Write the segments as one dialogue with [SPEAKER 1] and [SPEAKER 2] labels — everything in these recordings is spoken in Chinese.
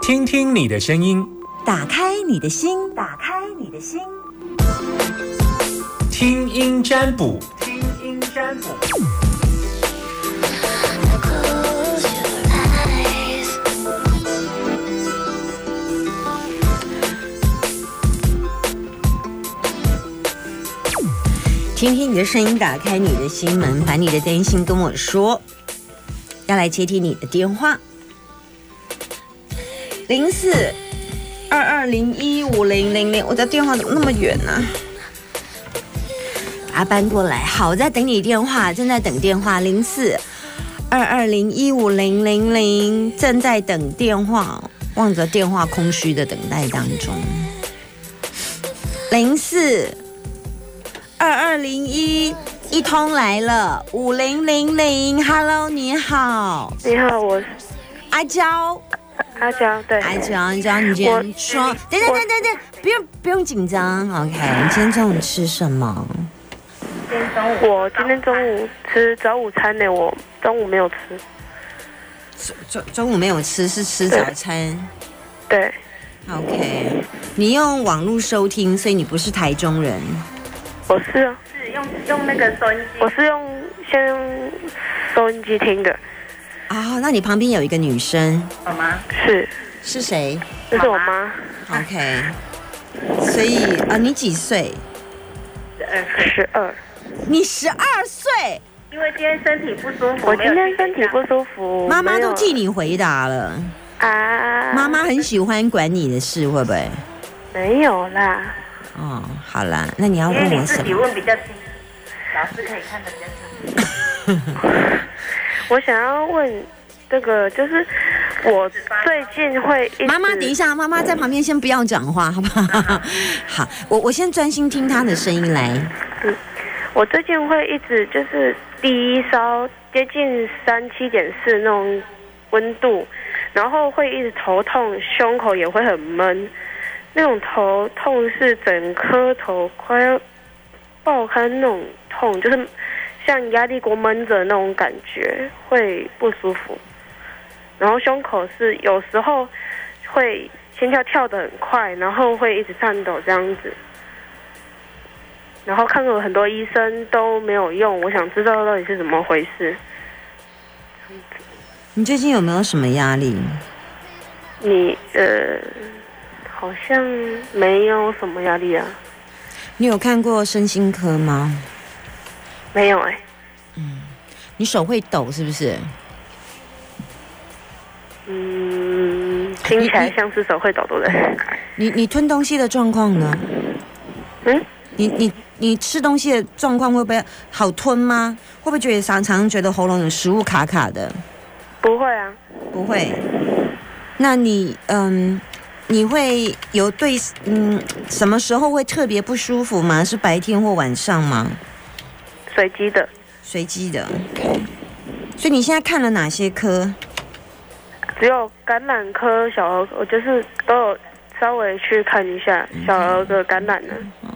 [SPEAKER 1] 听听你的声音，
[SPEAKER 2] 打开你的心，打开你的心，
[SPEAKER 1] 听音占卜，
[SPEAKER 3] 听音占卜。
[SPEAKER 2] 听听你的声音，打开你的心门，把你的担心跟我说。要来接听你的电话，零四二二零一五零零零。我的电话怎么那么远呢、阿搬过来，好，我在等你电话，正在等电话，零四二二零一五零零零，正在等电话，望着电话空虚的等待当中，零四二二零一一通来了，五零零零，Hello，你好，
[SPEAKER 4] 你好，我是
[SPEAKER 2] 阿娇，
[SPEAKER 4] 阿娇，对，
[SPEAKER 2] 阿娇，阿娇，你今天说，等等等等等，不用不用紧张，OK，你今天中午吃什么？
[SPEAKER 4] 我今天中午吃早午餐呢，我中午没有吃，
[SPEAKER 2] 中中午没有吃，是吃早餐。
[SPEAKER 4] 对，
[SPEAKER 2] OK，你用网络收听，所以你不是台中人。
[SPEAKER 4] 我是啊，
[SPEAKER 5] 用用那个收音机。
[SPEAKER 4] 我是用先用收音机听的，
[SPEAKER 2] 啊、那你旁边有一个女生，
[SPEAKER 5] 好吗？
[SPEAKER 4] 是，
[SPEAKER 2] 是谁
[SPEAKER 4] 这是我妈，
[SPEAKER 2] ？OK，所以啊、你几岁？
[SPEAKER 5] 呃，
[SPEAKER 4] 十二，
[SPEAKER 2] 你十二岁，
[SPEAKER 5] 因为今天身体不舒服，
[SPEAKER 4] 我今天身体不舒服，
[SPEAKER 2] 妈妈
[SPEAKER 4] 没有
[SPEAKER 2] 都替你回答了。
[SPEAKER 4] 啊，
[SPEAKER 2] 妈妈很喜欢管你的事，会不会？
[SPEAKER 4] 没有啦，
[SPEAKER 2] 哦，好啦，那你要
[SPEAKER 5] 没有听到，因为嗯你自
[SPEAKER 2] 问我什
[SPEAKER 5] 己
[SPEAKER 2] 么？
[SPEAKER 5] 问比较清楚，老师可以看得比较清楚。
[SPEAKER 4] 我想要问这个，就是我最近会一直
[SPEAKER 2] 妈妈，等一下，妈妈在旁边先不要讲话，好不 好？好，我我先专心听她的声音来。
[SPEAKER 4] 我最近会一直就是低烧，接近三七点四那种温度，然后会一直头痛，胸口也会很闷，那种头痛是整颗头快要爆开那种痛，就是像压力锅闷着那种感觉，会不舒服。然后胸口是有时候会心跳跳得很快，然后会一直颤抖这样子。然后看过很多医生都没有用，我想知道到底是怎么回事。
[SPEAKER 2] 你最近有没有什么压力？
[SPEAKER 4] 你呃，好像没有什么压力啊，
[SPEAKER 2] 你有看过身心科吗？
[SPEAKER 4] 没
[SPEAKER 2] 啊
[SPEAKER 4] 有哎、
[SPEAKER 2] 你手会抖是不是？
[SPEAKER 4] 嗯，听起来像是手会抖抖的。
[SPEAKER 2] 你你吞东西的状况呢？
[SPEAKER 4] 嗯，
[SPEAKER 2] 你你你吃东西的状况会不会好吞吗？会不会觉得常常觉得喉咙有食物卡卡的？
[SPEAKER 4] 不会啊，
[SPEAKER 2] 不会。那你嗯，你会有对嗯什么时候会特别不舒服吗？是白天或晚上吗？
[SPEAKER 4] 随机的。
[SPEAKER 2] 随机的。所以你现在看了哪些科？
[SPEAKER 4] 只有感染科小儿，我就是都有稍微去看一下小儿的感染啊呢，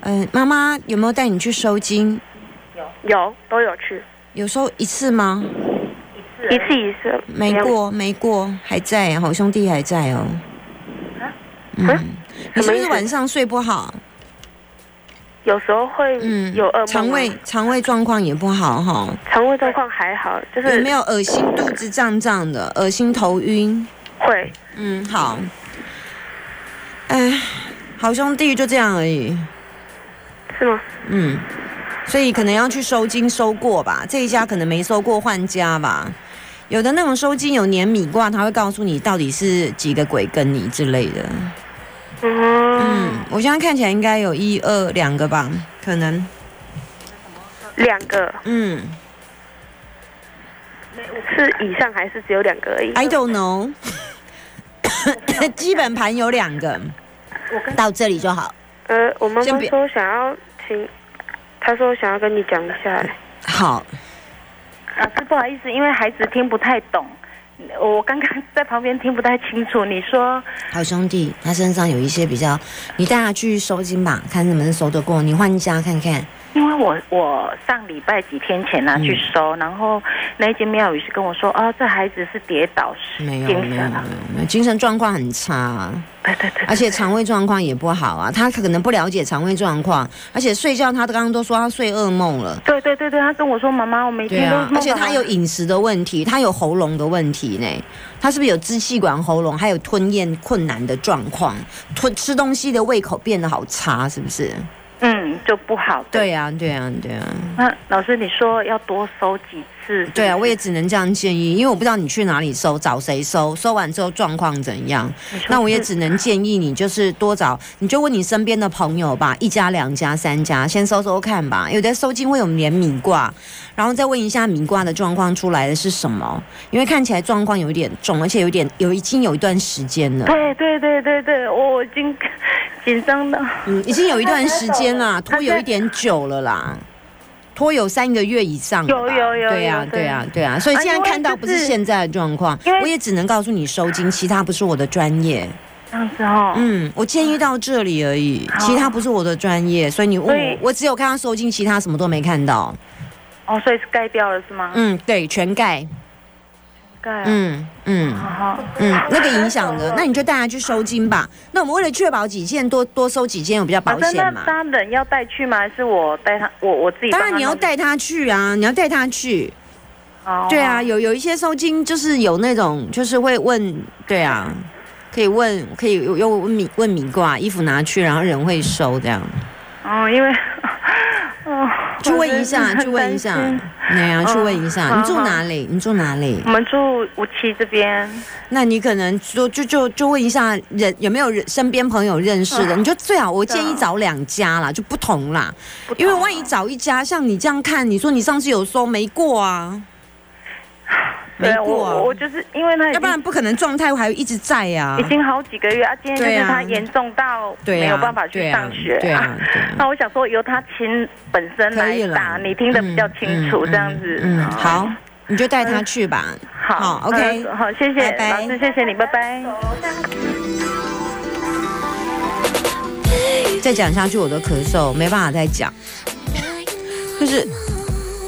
[SPEAKER 2] 嗯、妈妈有没有带你去收经？
[SPEAKER 4] 有都有去
[SPEAKER 2] 有收一次吗？
[SPEAKER 4] 一次一次，
[SPEAKER 2] 没过，没过，还在，好兄弟还在哦。
[SPEAKER 4] 啊
[SPEAKER 2] 嗯，你是不
[SPEAKER 4] 什么意
[SPEAKER 2] 是
[SPEAKER 4] 思
[SPEAKER 2] 晚上睡不好？
[SPEAKER 4] 有时候会
[SPEAKER 2] 嗯，
[SPEAKER 4] 有噩梦啊、
[SPEAKER 2] 肠胃肠胃状况也不好哈。
[SPEAKER 4] 肠胃状况还好，就是
[SPEAKER 2] 有没有恶心、肚子胀胀的、恶心、头晕？
[SPEAKER 4] 会
[SPEAKER 2] 嗯，好。哎，好兄弟就这样而已。
[SPEAKER 4] 是吗？
[SPEAKER 2] 嗯，所以可能要去收金收过吧，这一家可能没收过换家吧。有的那种收金有年米挂，他会告诉你到底是几个鬼跟你之类的。
[SPEAKER 4] 嗯
[SPEAKER 2] 嗯，我现在看起来应该有一二两个吧，可能。
[SPEAKER 4] 两个
[SPEAKER 2] 嗯
[SPEAKER 4] 是以上还是只有两个而已？
[SPEAKER 2] ，I don't know 。基本盘有两个，到这里就好。
[SPEAKER 4] 呃，我妈
[SPEAKER 2] 先
[SPEAKER 4] 妈
[SPEAKER 2] 别
[SPEAKER 4] 说想要请，她说想要跟你讲一下。
[SPEAKER 2] 好，
[SPEAKER 5] 老师不好意思，因为孩子听不太懂，我刚刚在旁边听不太清楚。你说
[SPEAKER 2] 好兄弟，他身上有一些比较，你带他去收金吧，看能不能收得过。你换一家看看，
[SPEAKER 5] 因为我我上礼拜几天前呢、去收，然后那一间庙宇是跟我说，哦，这孩子是跌倒是
[SPEAKER 2] 没有
[SPEAKER 5] 精
[SPEAKER 2] 没
[SPEAKER 5] 神
[SPEAKER 2] 有没
[SPEAKER 5] 了，
[SPEAKER 2] 有没有，精神状况很差、啊，
[SPEAKER 5] 对对对，
[SPEAKER 2] 而且肠胃状况也不好啊。他可能不了解肠胃状况，而且睡觉他刚刚都说他睡噩梦了。
[SPEAKER 5] 对对对对，他跟我说妈妈，我每
[SPEAKER 2] 对
[SPEAKER 5] 天都
[SPEAKER 2] 啊
[SPEAKER 5] 梦，到
[SPEAKER 2] 而且他有饮食的问题，他有喉咙的问题呢，他是不是有支气管喉咙，还有吞咽困难的状况，吞吃东西的胃口变得好差，是不是？
[SPEAKER 5] 嗯就不好，
[SPEAKER 2] 对啊，对啊，对啊，
[SPEAKER 5] 那老师，你说要多收几次？
[SPEAKER 2] 对啊，我也
[SPEAKER 5] 也
[SPEAKER 2] 只能这样建议，因为我不知道你去哪里收，找谁收，收完之后状况怎样。那我也只能建议你，就是多找，你就问你身边的朋友吧，一家、两家、三家，先搜搜看吧。有的收金会有连米卦，然后再问一下米卦的状况出来的是什么，因为看起来状况有点重，而且有点有已经有一段时间了，
[SPEAKER 5] 对哎对对对对，我已经 紧张到
[SPEAKER 2] 嗯，已经有一段时间
[SPEAKER 5] 啊
[SPEAKER 2] 啦，拖有一点久了啦。拖有三个月以上了吧，
[SPEAKER 5] 有有有
[SPEAKER 2] 对呀、
[SPEAKER 5] 有对
[SPEAKER 2] 对呀、对呀、所以
[SPEAKER 5] 啊
[SPEAKER 2] 现在
[SPEAKER 5] 因为
[SPEAKER 2] 看到
[SPEAKER 5] 就
[SPEAKER 2] 不是
[SPEAKER 5] 是
[SPEAKER 2] 现在的状况
[SPEAKER 5] 因，为
[SPEAKER 2] 我也只能告诉你收金，其他不是我的专业。
[SPEAKER 5] 这样子哦。
[SPEAKER 2] 嗯，我建议到这里而已，
[SPEAKER 5] 好
[SPEAKER 2] 其他不是我的专业，所以你问
[SPEAKER 5] 哦所
[SPEAKER 2] 我
[SPEAKER 5] 以，
[SPEAKER 2] 我只有看到收金，其他什么都没看到。
[SPEAKER 5] 哦，所以是盖掉了是吗？
[SPEAKER 2] 嗯，对，全盖。
[SPEAKER 5] 盖啊。
[SPEAKER 2] 嗯嗯
[SPEAKER 5] 好好
[SPEAKER 2] 嗯，那个影响
[SPEAKER 5] 哦
[SPEAKER 2] 的，那你就带他去收金吧。那我们为了确保几件，多多收几件有比较保
[SPEAKER 5] 那啊那
[SPEAKER 2] 险嘛。
[SPEAKER 5] 他人要带去吗？还是我带他？我我自己帮
[SPEAKER 2] 当
[SPEAKER 5] 他
[SPEAKER 2] 然你要
[SPEAKER 5] 弄。
[SPEAKER 2] 带他去啊，你要带他去。
[SPEAKER 5] 哦
[SPEAKER 2] 对啊，。有有一些收金就是有那种，就是会问，对啊，可以问，可以有有问米问米卦，衣服拿去，然后人会收这样。
[SPEAKER 5] 哦， 因为，哦，
[SPEAKER 2] 去问一
[SPEAKER 5] 我
[SPEAKER 2] 下，
[SPEAKER 5] 真的
[SPEAKER 2] 去问 一下
[SPEAKER 5] 很担心，
[SPEAKER 2] 对呀，去问一下，
[SPEAKER 5] 嗯
[SPEAKER 2] 你住
[SPEAKER 5] 好好
[SPEAKER 2] 哪里？你住哪里
[SPEAKER 5] 我？们住无期这边，
[SPEAKER 2] 那你可能就就就就问一下人有没有人身边朋友认识的，你就最好我建议
[SPEAKER 5] 嗯
[SPEAKER 2] 找两家啦，就不同啦，
[SPEAKER 5] 不同啊
[SPEAKER 2] 因为万一找一家像你这样看，你说你上次有收没过啊，没
[SPEAKER 5] 对啊
[SPEAKER 2] 过
[SPEAKER 5] 我我
[SPEAKER 2] 啊，
[SPEAKER 5] 就是因为他已
[SPEAKER 2] 要不然
[SPEAKER 5] 经
[SPEAKER 2] 不可能状态还一直在呀
[SPEAKER 5] 已，经好几个月啊，今天就
[SPEAKER 2] 对
[SPEAKER 5] 是
[SPEAKER 2] 啊
[SPEAKER 5] 他严重到
[SPEAKER 2] 对
[SPEAKER 5] 没
[SPEAKER 2] 呀，
[SPEAKER 5] 有办法去
[SPEAKER 2] 对啊
[SPEAKER 5] 上学
[SPEAKER 2] 对啊， 对啊
[SPEAKER 5] 那我想说由他亲本身
[SPEAKER 2] 可
[SPEAKER 5] 来
[SPEAKER 2] 以
[SPEAKER 5] 打，
[SPEAKER 2] 了，
[SPEAKER 5] 你听得比较清楚，
[SPEAKER 2] 嗯
[SPEAKER 5] 这样子。
[SPEAKER 2] 嗯，嗯
[SPEAKER 5] 哦
[SPEAKER 2] 好，，你就带他去吧，
[SPEAKER 5] 好
[SPEAKER 2] 好，OK
[SPEAKER 5] 嗯好，谢谢
[SPEAKER 2] 拜拜
[SPEAKER 5] 老师，谢谢你，拜拜。
[SPEAKER 2] 再讲下去我都咳嗽，没办法再讲。就是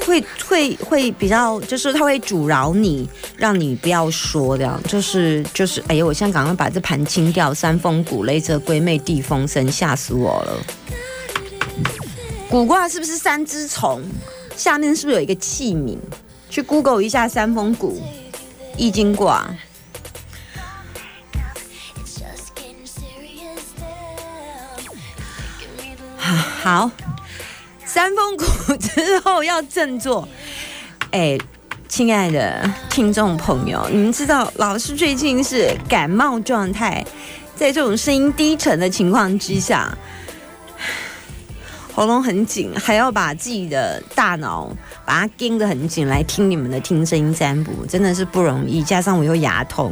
[SPEAKER 2] 会会会比较，就是他会阻挠你，让你不要说这样，就是就是，哎呀，我现在赶快把这盘清掉，三风谷、雷泽龟妹、地风神，吓死我了。古卦是不是三只虫？下面是不是有一个器皿？去 Google 一下三风谷易经卦。
[SPEAKER 3] It's just getting serious now. Give me the
[SPEAKER 2] 好，三峰谷之后要振作。哎，亲爱的听众朋友，你们知道老师最近是感冒状态，在这种声音低沉的情况之下，喉咙很紧，还要把自己的大脑把它盯得很紧来听你们的听声音占卜，真的是不容易。加上我又牙痛。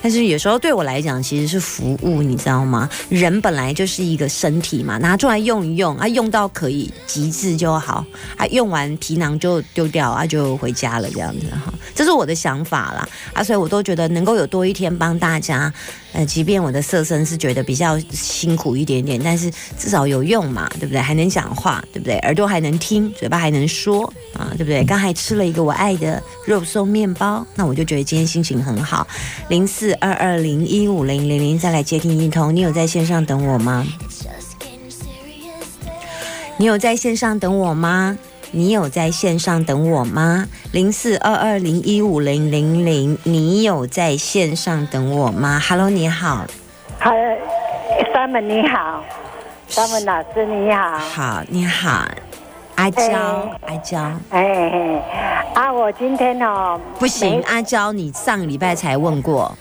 [SPEAKER 2] 但是有时候对我来讲，其实是服务，你知道吗？人本来就是一个身体嘛，拿出来用一用啊，用到可以极致就好啊，用完皮囊就丢掉啊，就回家了这样子哈。这是我的想法啦啊，所以我都觉得能够有多一天帮大家，呃，即便我的色身是觉得比较辛苦一点点，但是至少有用嘛，对不对？还能讲话，对不对？耳朵还能听，嘴巴还能说啊，对不对？刚才吃了一个我爱的肉松面包，那我就觉得今天心情很好。零四二二零一五零零零，再来接听一通。你有在线上等我吗？
[SPEAKER 3] It's just getting serious now.
[SPEAKER 2] 你有在线上等我吗？你有在线上等我吗？零四二二零一五零零零，你有在线上等我吗？Hello，你好，
[SPEAKER 6] 好，三门你好，三门老师你好，
[SPEAKER 2] 好，你好，阿娇，阿娇，
[SPEAKER 6] 哎，嘿啊，我今天哦，
[SPEAKER 2] 不行，
[SPEAKER 6] 没
[SPEAKER 2] 阿娇，你上个礼拜才问过，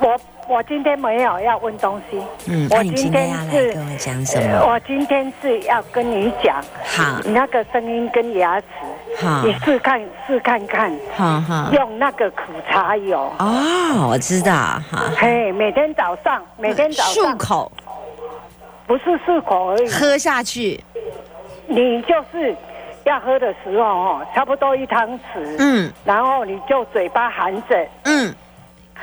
[SPEAKER 6] 我我今天没有要问东西，
[SPEAKER 2] 嗯，那
[SPEAKER 6] 我
[SPEAKER 2] 你今天要来跟我讲什
[SPEAKER 6] 呃
[SPEAKER 2] 么？
[SPEAKER 6] 我今天是要跟你讲，
[SPEAKER 2] 好
[SPEAKER 6] 你那个声音跟牙齿，
[SPEAKER 2] 好
[SPEAKER 6] 你试看试看看，
[SPEAKER 2] 好好，
[SPEAKER 6] 用那个苦茶油，
[SPEAKER 2] 哦，我知道，哈，
[SPEAKER 6] 嘿，每天早上，每天早
[SPEAKER 2] 漱
[SPEAKER 6] 上，
[SPEAKER 2] 口，
[SPEAKER 6] 不是漱口而已，
[SPEAKER 2] 喝下去，
[SPEAKER 6] 你就是要喝的时候哦，差不多一汤匙，
[SPEAKER 2] 嗯
[SPEAKER 6] 然后你就嘴巴含着。
[SPEAKER 2] 嗯，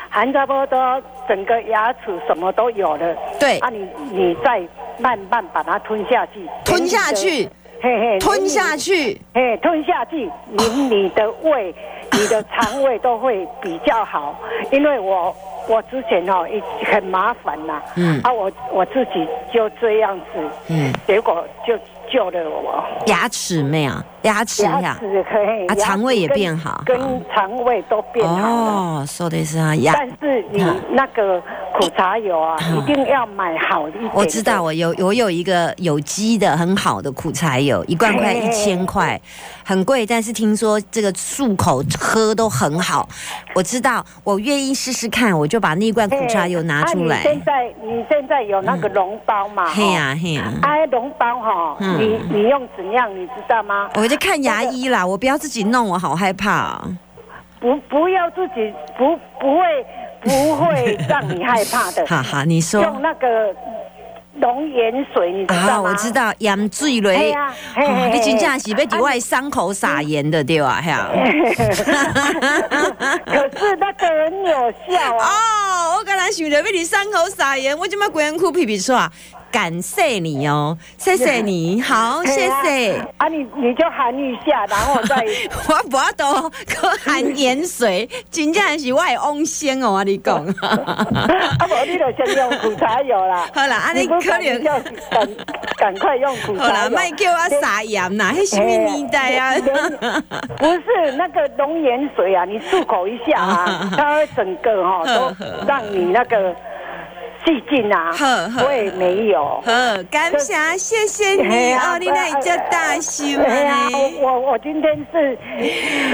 [SPEAKER 6] 含差不多，整个牙齿什么都有了。啊
[SPEAKER 2] 对
[SPEAKER 6] 啊你，你再慢慢把它吞下去，
[SPEAKER 2] 吞下去，
[SPEAKER 6] 嘿嘿，
[SPEAKER 2] 吞下，去。
[SPEAKER 6] 嘿，吞下去，你你的胃、你的肠胃都会比较好，因为我我之前哦一很麻烦呐、
[SPEAKER 2] 嗯
[SPEAKER 6] 啊我我自己就这样子，
[SPEAKER 2] 嗯，
[SPEAKER 6] 结果就救了我，
[SPEAKER 2] 牙齿没有，牙齿
[SPEAKER 6] 牙
[SPEAKER 2] 呀。
[SPEAKER 6] 齿可
[SPEAKER 2] 啊
[SPEAKER 6] 以，牙齿
[SPEAKER 2] 肠胃也
[SPEAKER 6] 跟
[SPEAKER 2] 变好
[SPEAKER 6] 跟
[SPEAKER 2] 好
[SPEAKER 6] 肠胃都变好了。
[SPEAKER 2] 哦，说的是啊，牙。
[SPEAKER 6] 但是你
[SPEAKER 2] 嗯
[SPEAKER 6] 那个苦茶油啊，
[SPEAKER 2] 嗯
[SPEAKER 6] 一定要买好一点的。
[SPEAKER 2] 我知道，我有我有一个有机的很好的苦茶油，一罐快
[SPEAKER 6] 嘿
[SPEAKER 2] 一千块，很贵，但是听说这个漱口喝都很好。我知道，我愿意试试看，我就把那罐苦
[SPEAKER 6] 嘿
[SPEAKER 2] 茶油拿出
[SPEAKER 6] 啊、
[SPEAKER 2] 来
[SPEAKER 6] 你。现在你现在有那个笼包嘛？
[SPEAKER 2] 嘿
[SPEAKER 6] 哦。
[SPEAKER 2] 呀嘿呀，
[SPEAKER 6] 哎，笼包哈，
[SPEAKER 2] 嗯
[SPEAKER 6] 你你用怎样，你知道吗？
[SPEAKER 2] 我就看牙医啦，我不要自己弄，我好害怕哦。
[SPEAKER 6] 不，不要自己不不会不会让你害 怕的，
[SPEAKER 2] 哈哈，你说
[SPEAKER 6] 用那个龙眼水，你知道吗？
[SPEAKER 2] 啊，我知。道盐水
[SPEAKER 6] 哎
[SPEAKER 2] 雷，
[SPEAKER 6] 呀，嘿嘿
[SPEAKER 2] 哦
[SPEAKER 6] 嘿哎
[SPEAKER 2] 你真正是要在我的伤口撒盐的对吧？哈。
[SPEAKER 6] 可是那个很有效啊。
[SPEAKER 2] 哦，我刚才想着要你伤口撒盐，我今麦鬼眼哭屁屁出啊！感谢你哦，谢谢你，好，
[SPEAKER 6] 嘿
[SPEAKER 2] 谢
[SPEAKER 6] 啊
[SPEAKER 2] 谢。
[SPEAKER 6] 啊，你你就含一下，然后再
[SPEAKER 2] 我不要多，可含盐水，真正是我的翁先哦，我跟你讲。。
[SPEAKER 6] 啊，无你就先用苦茶油啦
[SPEAKER 2] 好啦啊你
[SPEAKER 6] 不
[SPEAKER 2] 可怜
[SPEAKER 6] 你就赶赶快用苦茶
[SPEAKER 2] 好
[SPEAKER 6] 油。
[SPEAKER 2] 啦，卖叫我撒盐啦，迄什么年代啊？，
[SPEAKER 6] 不是那个龙眼水啊，你漱口一下啊 它会整个哈、哦、都让你那个细菌啊
[SPEAKER 2] 呵呵
[SPEAKER 6] 会没有。
[SPEAKER 2] 好，感谢，谢谢
[SPEAKER 6] 嘿
[SPEAKER 2] 你
[SPEAKER 6] 啊
[SPEAKER 2] 哦，你那里叫大心
[SPEAKER 6] 对呀、
[SPEAKER 2] 啊
[SPEAKER 6] 啊，？我我今天是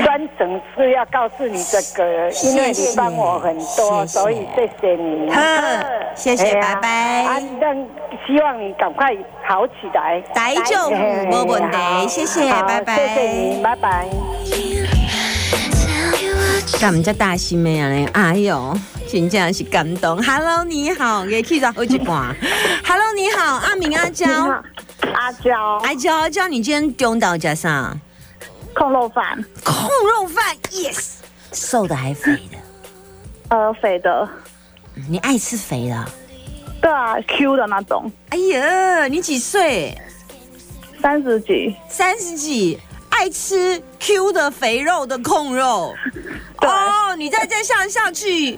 [SPEAKER 6] 专程是要告诉你这个，因为
[SPEAKER 2] 谢
[SPEAKER 6] 你
[SPEAKER 2] 谢
[SPEAKER 6] 帮我很
[SPEAKER 2] 谢谢
[SPEAKER 6] 多，所以谢谢你。
[SPEAKER 2] 呵谢谢
[SPEAKER 6] 哎呀
[SPEAKER 2] 拜拜
[SPEAKER 6] 啊，让希望你赶快好起来。
[SPEAKER 2] 大丈夫
[SPEAKER 6] 哎
[SPEAKER 2] 没问题
[SPEAKER 6] 好
[SPEAKER 2] 谢谢
[SPEAKER 6] 好
[SPEAKER 2] 拜拜
[SPEAKER 6] 谢谢你，拜拜。
[SPEAKER 3] Tell you what you
[SPEAKER 2] 干么叫大心妹啊嘞？哎呦，真正是感动。Hello，你好，给 K 上好一 半。Hello，你好，阿明阿娇，
[SPEAKER 7] 阿娇，
[SPEAKER 2] 阿娇，阿娇，你今天中岛加上
[SPEAKER 7] 控肉饭，
[SPEAKER 2] 控肉饭，yes，瘦的还肥的，
[SPEAKER 7] 呃，肥的，
[SPEAKER 2] 你爱吃肥的啊？
[SPEAKER 7] 对啊，Q 的那种，
[SPEAKER 2] 哎呀，你几岁？
[SPEAKER 7] 三十几，
[SPEAKER 2] 三十几，爱吃 Q 的肥肉的控肉。哦，你再这样下去，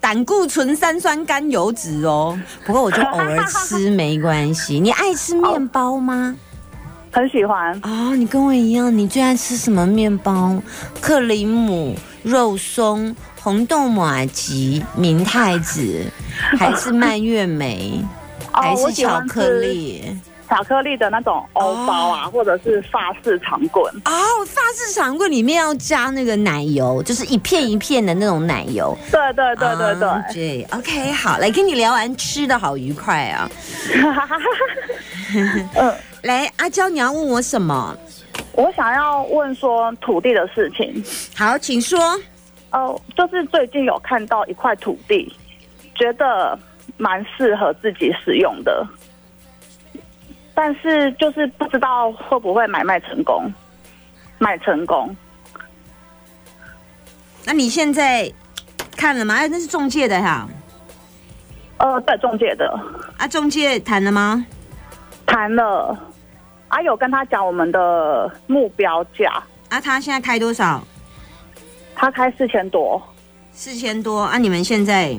[SPEAKER 2] 胆固醇、三酸甘油脂 哦。不过我就偶尔吃没关系。你爱吃面包吗？
[SPEAKER 7] 很喜欢，
[SPEAKER 2] 哦，你跟我一样，你最爱吃什么面包？克里姆、肉松、红豆马吉、明太子，还是蔓越 莓，
[SPEAKER 7] 哦
[SPEAKER 2] 还是
[SPEAKER 7] 我喜
[SPEAKER 2] 巧
[SPEAKER 7] 欢吃
[SPEAKER 2] 克力？
[SPEAKER 7] 巧克力的那种欧包啊，或者是法式长棍，
[SPEAKER 2] 哦，法式长棍里面要加那个奶油，就是一片一片的那种奶油。
[SPEAKER 7] 对对对对对，
[SPEAKER 2] 啊对，OK，好，来跟你聊完吃的好愉快啊。
[SPEAKER 7] 嗯，
[SPEAKER 2] 来，阿娇，你要问我什么？
[SPEAKER 7] 我想要问说土地的事情，
[SPEAKER 2] 好，请说。
[SPEAKER 7] 哦，就是最近有看到一块土地，觉得蛮适合自己使用的，但是就是不知道会不会买卖成功，买成功。
[SPEAKER 2] 那你现在看了吗？哎，那是中介的哈。
[SPEAKER 7] 呃，对，中介的
[SPEAKER 2] 啊，中介谈了吗？
[SPEAKER 7] 谈了，啊，有跟他讲我们的目标价，
[SPEAKER 2] 啊，他现在开多少？
[SPEAKER 7] 他开四千多，
[SPEAKER 2] 四千多。啊，你们现在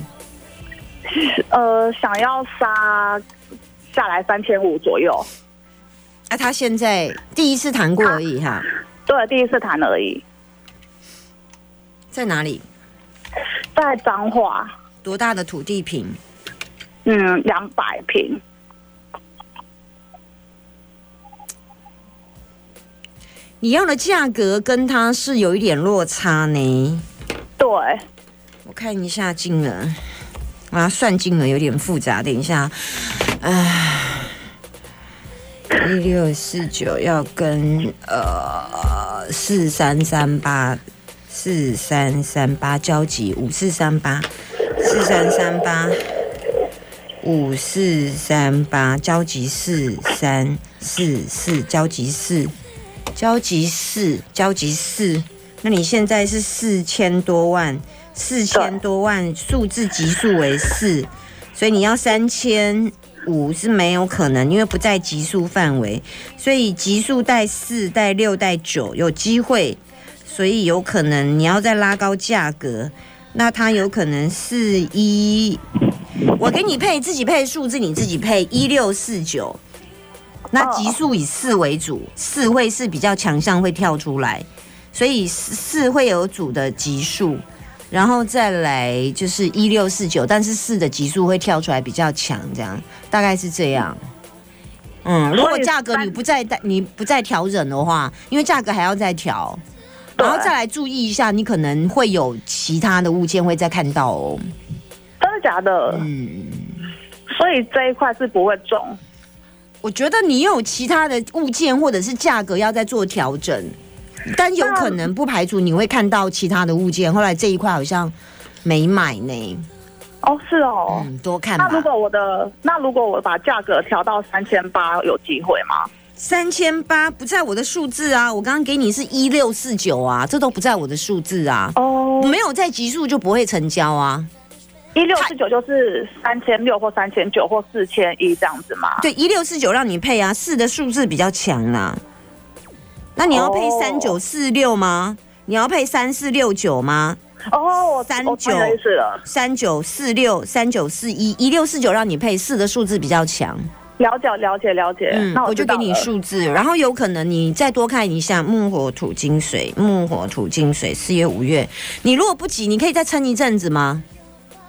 [SPEAKER 7] 呃，想要杀下来三千五左右，
[SPEAKER 2] 啊，他现在第一次谈过而已哈，
[SPEAKER 7] 对，第一次谈而已，
[SPEAKER 2] 在哪里？
[SPEAKER 7] 在彰化，
[SPEAKER 2] 多大的土地坪？
[SPEAKER 7] 嗯，两百平，
[SPEAKER 2] 你要的价格跟他是有一点落差呢。
[SPEAKER 7] 对，
[SPEAKER 2] 我看一下金额，啊，算金额有点复杂，等一下，唉，一六四九要跟呃四三三八四三三八交集五四三八四三三八五四三八交集四三四四交集四交集四交集四，那你现在是四千多万，四千多万数字级数为四，所以你要三千五是没有可能，因为不在级数范围，所以级数带四、带六、带九有机会，所以有可能你要再拉高价格，那它有可能四一，我给你配自己配数字，你自己配一六四九。那级数以四为主，四会是比较强项会跳出来，所以四四会有组的级数，然后再来就是一六四九，但是四的级数会跳出来比较强，这样大概是这样。嗯，如果价格你不再你不再调整的话，因为价格还要再调，然后再来注意一下，你可能会有其他的物件会再看到哦。
[SPEAKER 7] 真的假的？
[SPEAKER 2] 嗯，
[SPEAKER 7] 所以这一块是不会中。
[SPEAKER 2] 我觉得你有其他的物件或者是价格要再做调整，但有可能不排除你会看到其他的物件。后来这一块好像没买呢，
[SPEAKER 7] 哦，是哦。
[SPEAKER 2] 嗯，多看
[SPEAKER 7] 那如
[SPEAKER 2] 吧。
[SPEAKER 7] 果我的那如果我把价格调到三千八，有机会吗？
[SPEAKER 2] 三千八不在我的数字啊，我刚刚给你是一六四九啊，这都不在我的数字啊，
[SPEAKER 7] 哦，
[SPEAKER 2] 没有在级数就不会成交啊。
[SPEAKER 7] 一六四九就是三千六或三千九或四千一这样子吗？
[SPEAKER 2] 对，一六四九让你配啊，四的数字比较强啦、那你要配
[SPEAKER 7] 哦
[SPEAKER 2] 三九四六吗？你要配三四六九吗？
[SPEAKER 7] 哦，我
[SPEAKER 2] 三
[SPEAKER 7] 我
[SPEAKER 2] 九
[SPEAKER 7] 懂你的意思了，
[SPEAKER 2] 三九四六、三九四一、一六四九让你配四的数字比较强，嗯
[SPEAKER 7] 了解了解了解。那
[SPEAKER 2] 我
[SPEAKER 7] 我
[SPEAKER 2] 就
[SPEAKER 7] 知
[SPEAKER 2] 给
[SPEAKER 7] 道
[SPEAKER 2] 你
[SPEAKER 7] 了。
[SPEAKER 2] 数字，然后有可能你再多看一下木火土金水，木火土金水四月五月，你如果不急，你可以再撑一阵子吗？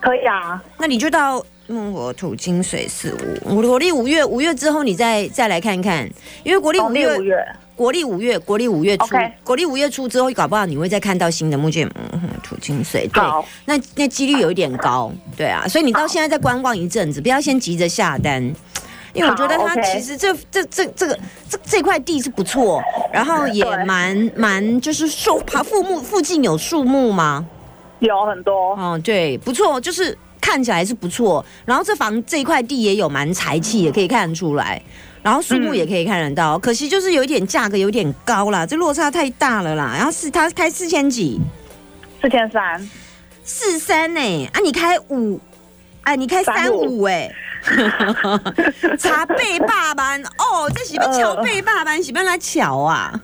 [SPEAKER 7] 可以啊。
[SPEAKER 2] 那你就到木火土金水四五，我国历五月五月之后你再再来看看，因为国历
[SPEAKER 7] 农
[SPEAKER 2] 五
[SPEAKER 7] 历
[SPEAKER 2] 月
[SPEAKER 7] 哦五月，
[SPEAKER 2] 国历五月，国历五月初
[SPEAKER 7] OK
[SPEAKER 2] 国历五月初之后，搞不好你会再看到新的木剑，嗯，土金水。对
[SPEAKER 7] 好，
[SPEAKER 2] 那那几率有一点高，对啊，所以你到现在再观望一阵子，不要先急着下单。因为我觉得
[SPEAKER 7] 好
[SPEAKER 2] 它
[SPEAKER 7] OK
[SPEAKER 2] 其实这这这这个这这块地是不错，然后也
[SPEAKER 7] 对
[SPEAKER 2] 蛮蛮就是树旁附木附近有树木吗？
[SPEAKER 7] 有很多。
[SPEAKER 2] 哦，对，不错，就是看起来是不错。然后这房这一块地也有蛮财气，也可以看得出来。然后树木也可以看得到，可惜就是有一点价格有点高啦，这落差太大了啦。然后是他开四千几，
[SPEAKER 7] 四千三，
[SPEAKER 2] 四三呢？啊，你开五，啊，你开三五哎， 查背霸班哦，这是要敲背霸班，是不要来巧啊？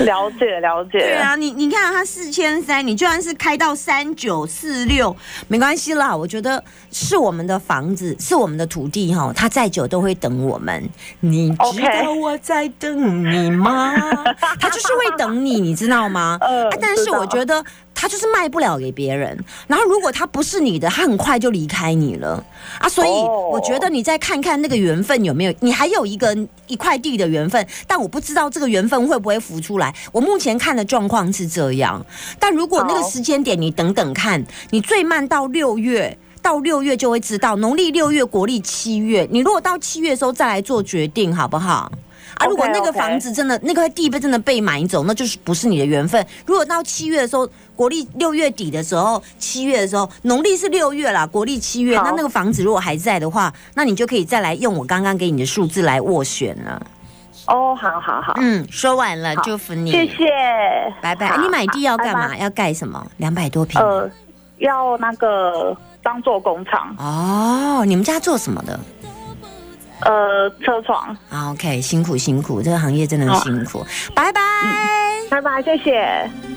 [SPEAKER 7] 了解了解。
[SPEAKER 2] 对啊，你你看它四千三，你就算是开到三九四六，没关系啦。我觉得是我们的房子，是我们的土地哈，它再久都会等我们。你知
[SPEAKER 7] OK
[SPEAKER 2] 道我在等你 吗？它就是会等你，你知道吗？
[SPEAKER 7] 呃
[SPEAKER 2] 啊但是
[SPEAKER 7] 知道
[SPEAKER 2] 我觉得它就是卖不了给别人。然后如果它不是你的，它很快就离开你了啊。所以
[SPEAKER 7] 哦
[SPEAKER 2] 我觉得你再看看那个缘分有没有，你还有一个一块地的缘分，但我不知道这个缘分会不会浮出来。我目前看的状况是这样，但如果那个
[SPEAKER 7] 好
[SPEAKER 2] 时间点你等等看，你最慢到六月。到六月就会知道，农历六月，国历七月。你如果到七月的时候再来做决定，好不好？啊，
[SPEAKER 7] OK，
[SPEAKER 2] 如果那个
[SPEAKER 7] OK
[SPEAKER 2] 房子真的那块地被真的被买走，那就是不是你的缘分。如果到七月的时候，国历六月底的时候，七月的时候，农历是六月啦，国历七月，
[SPEAKER 7] 好
[SPEAKER 2] 那那个房子如果还在的话，那你就可以再来用我刚刚给你的数字来斡旋了。
[SPEAKER 7] 哦，好好好，
[SPEAKER 2] 嗯，说完了，祝福你，
[SPEAKER 7] 谢谢。
[SPEAKER 2] 拜拜。
[SPEAKER 7] 好
[SPEAKER 2] 啊你买地要干
[SPEAKER 7] 拜
[SPEAKER 2] 嘛？要盖什么？两百多平。
[SPEAKER 7] 呃，要那个当做工厂，
[SPEAKER 2] 哦，你们家做什么的？
[SPEAKER 7] 呃，车床，
[SPEAKER 2] 啊，OK，辛苦辛苦，这个行业真的很辛苦，拜拜。
[SPEAKER 7] 嗯拜拜，谢谢。
[SPEAKER 3] Thank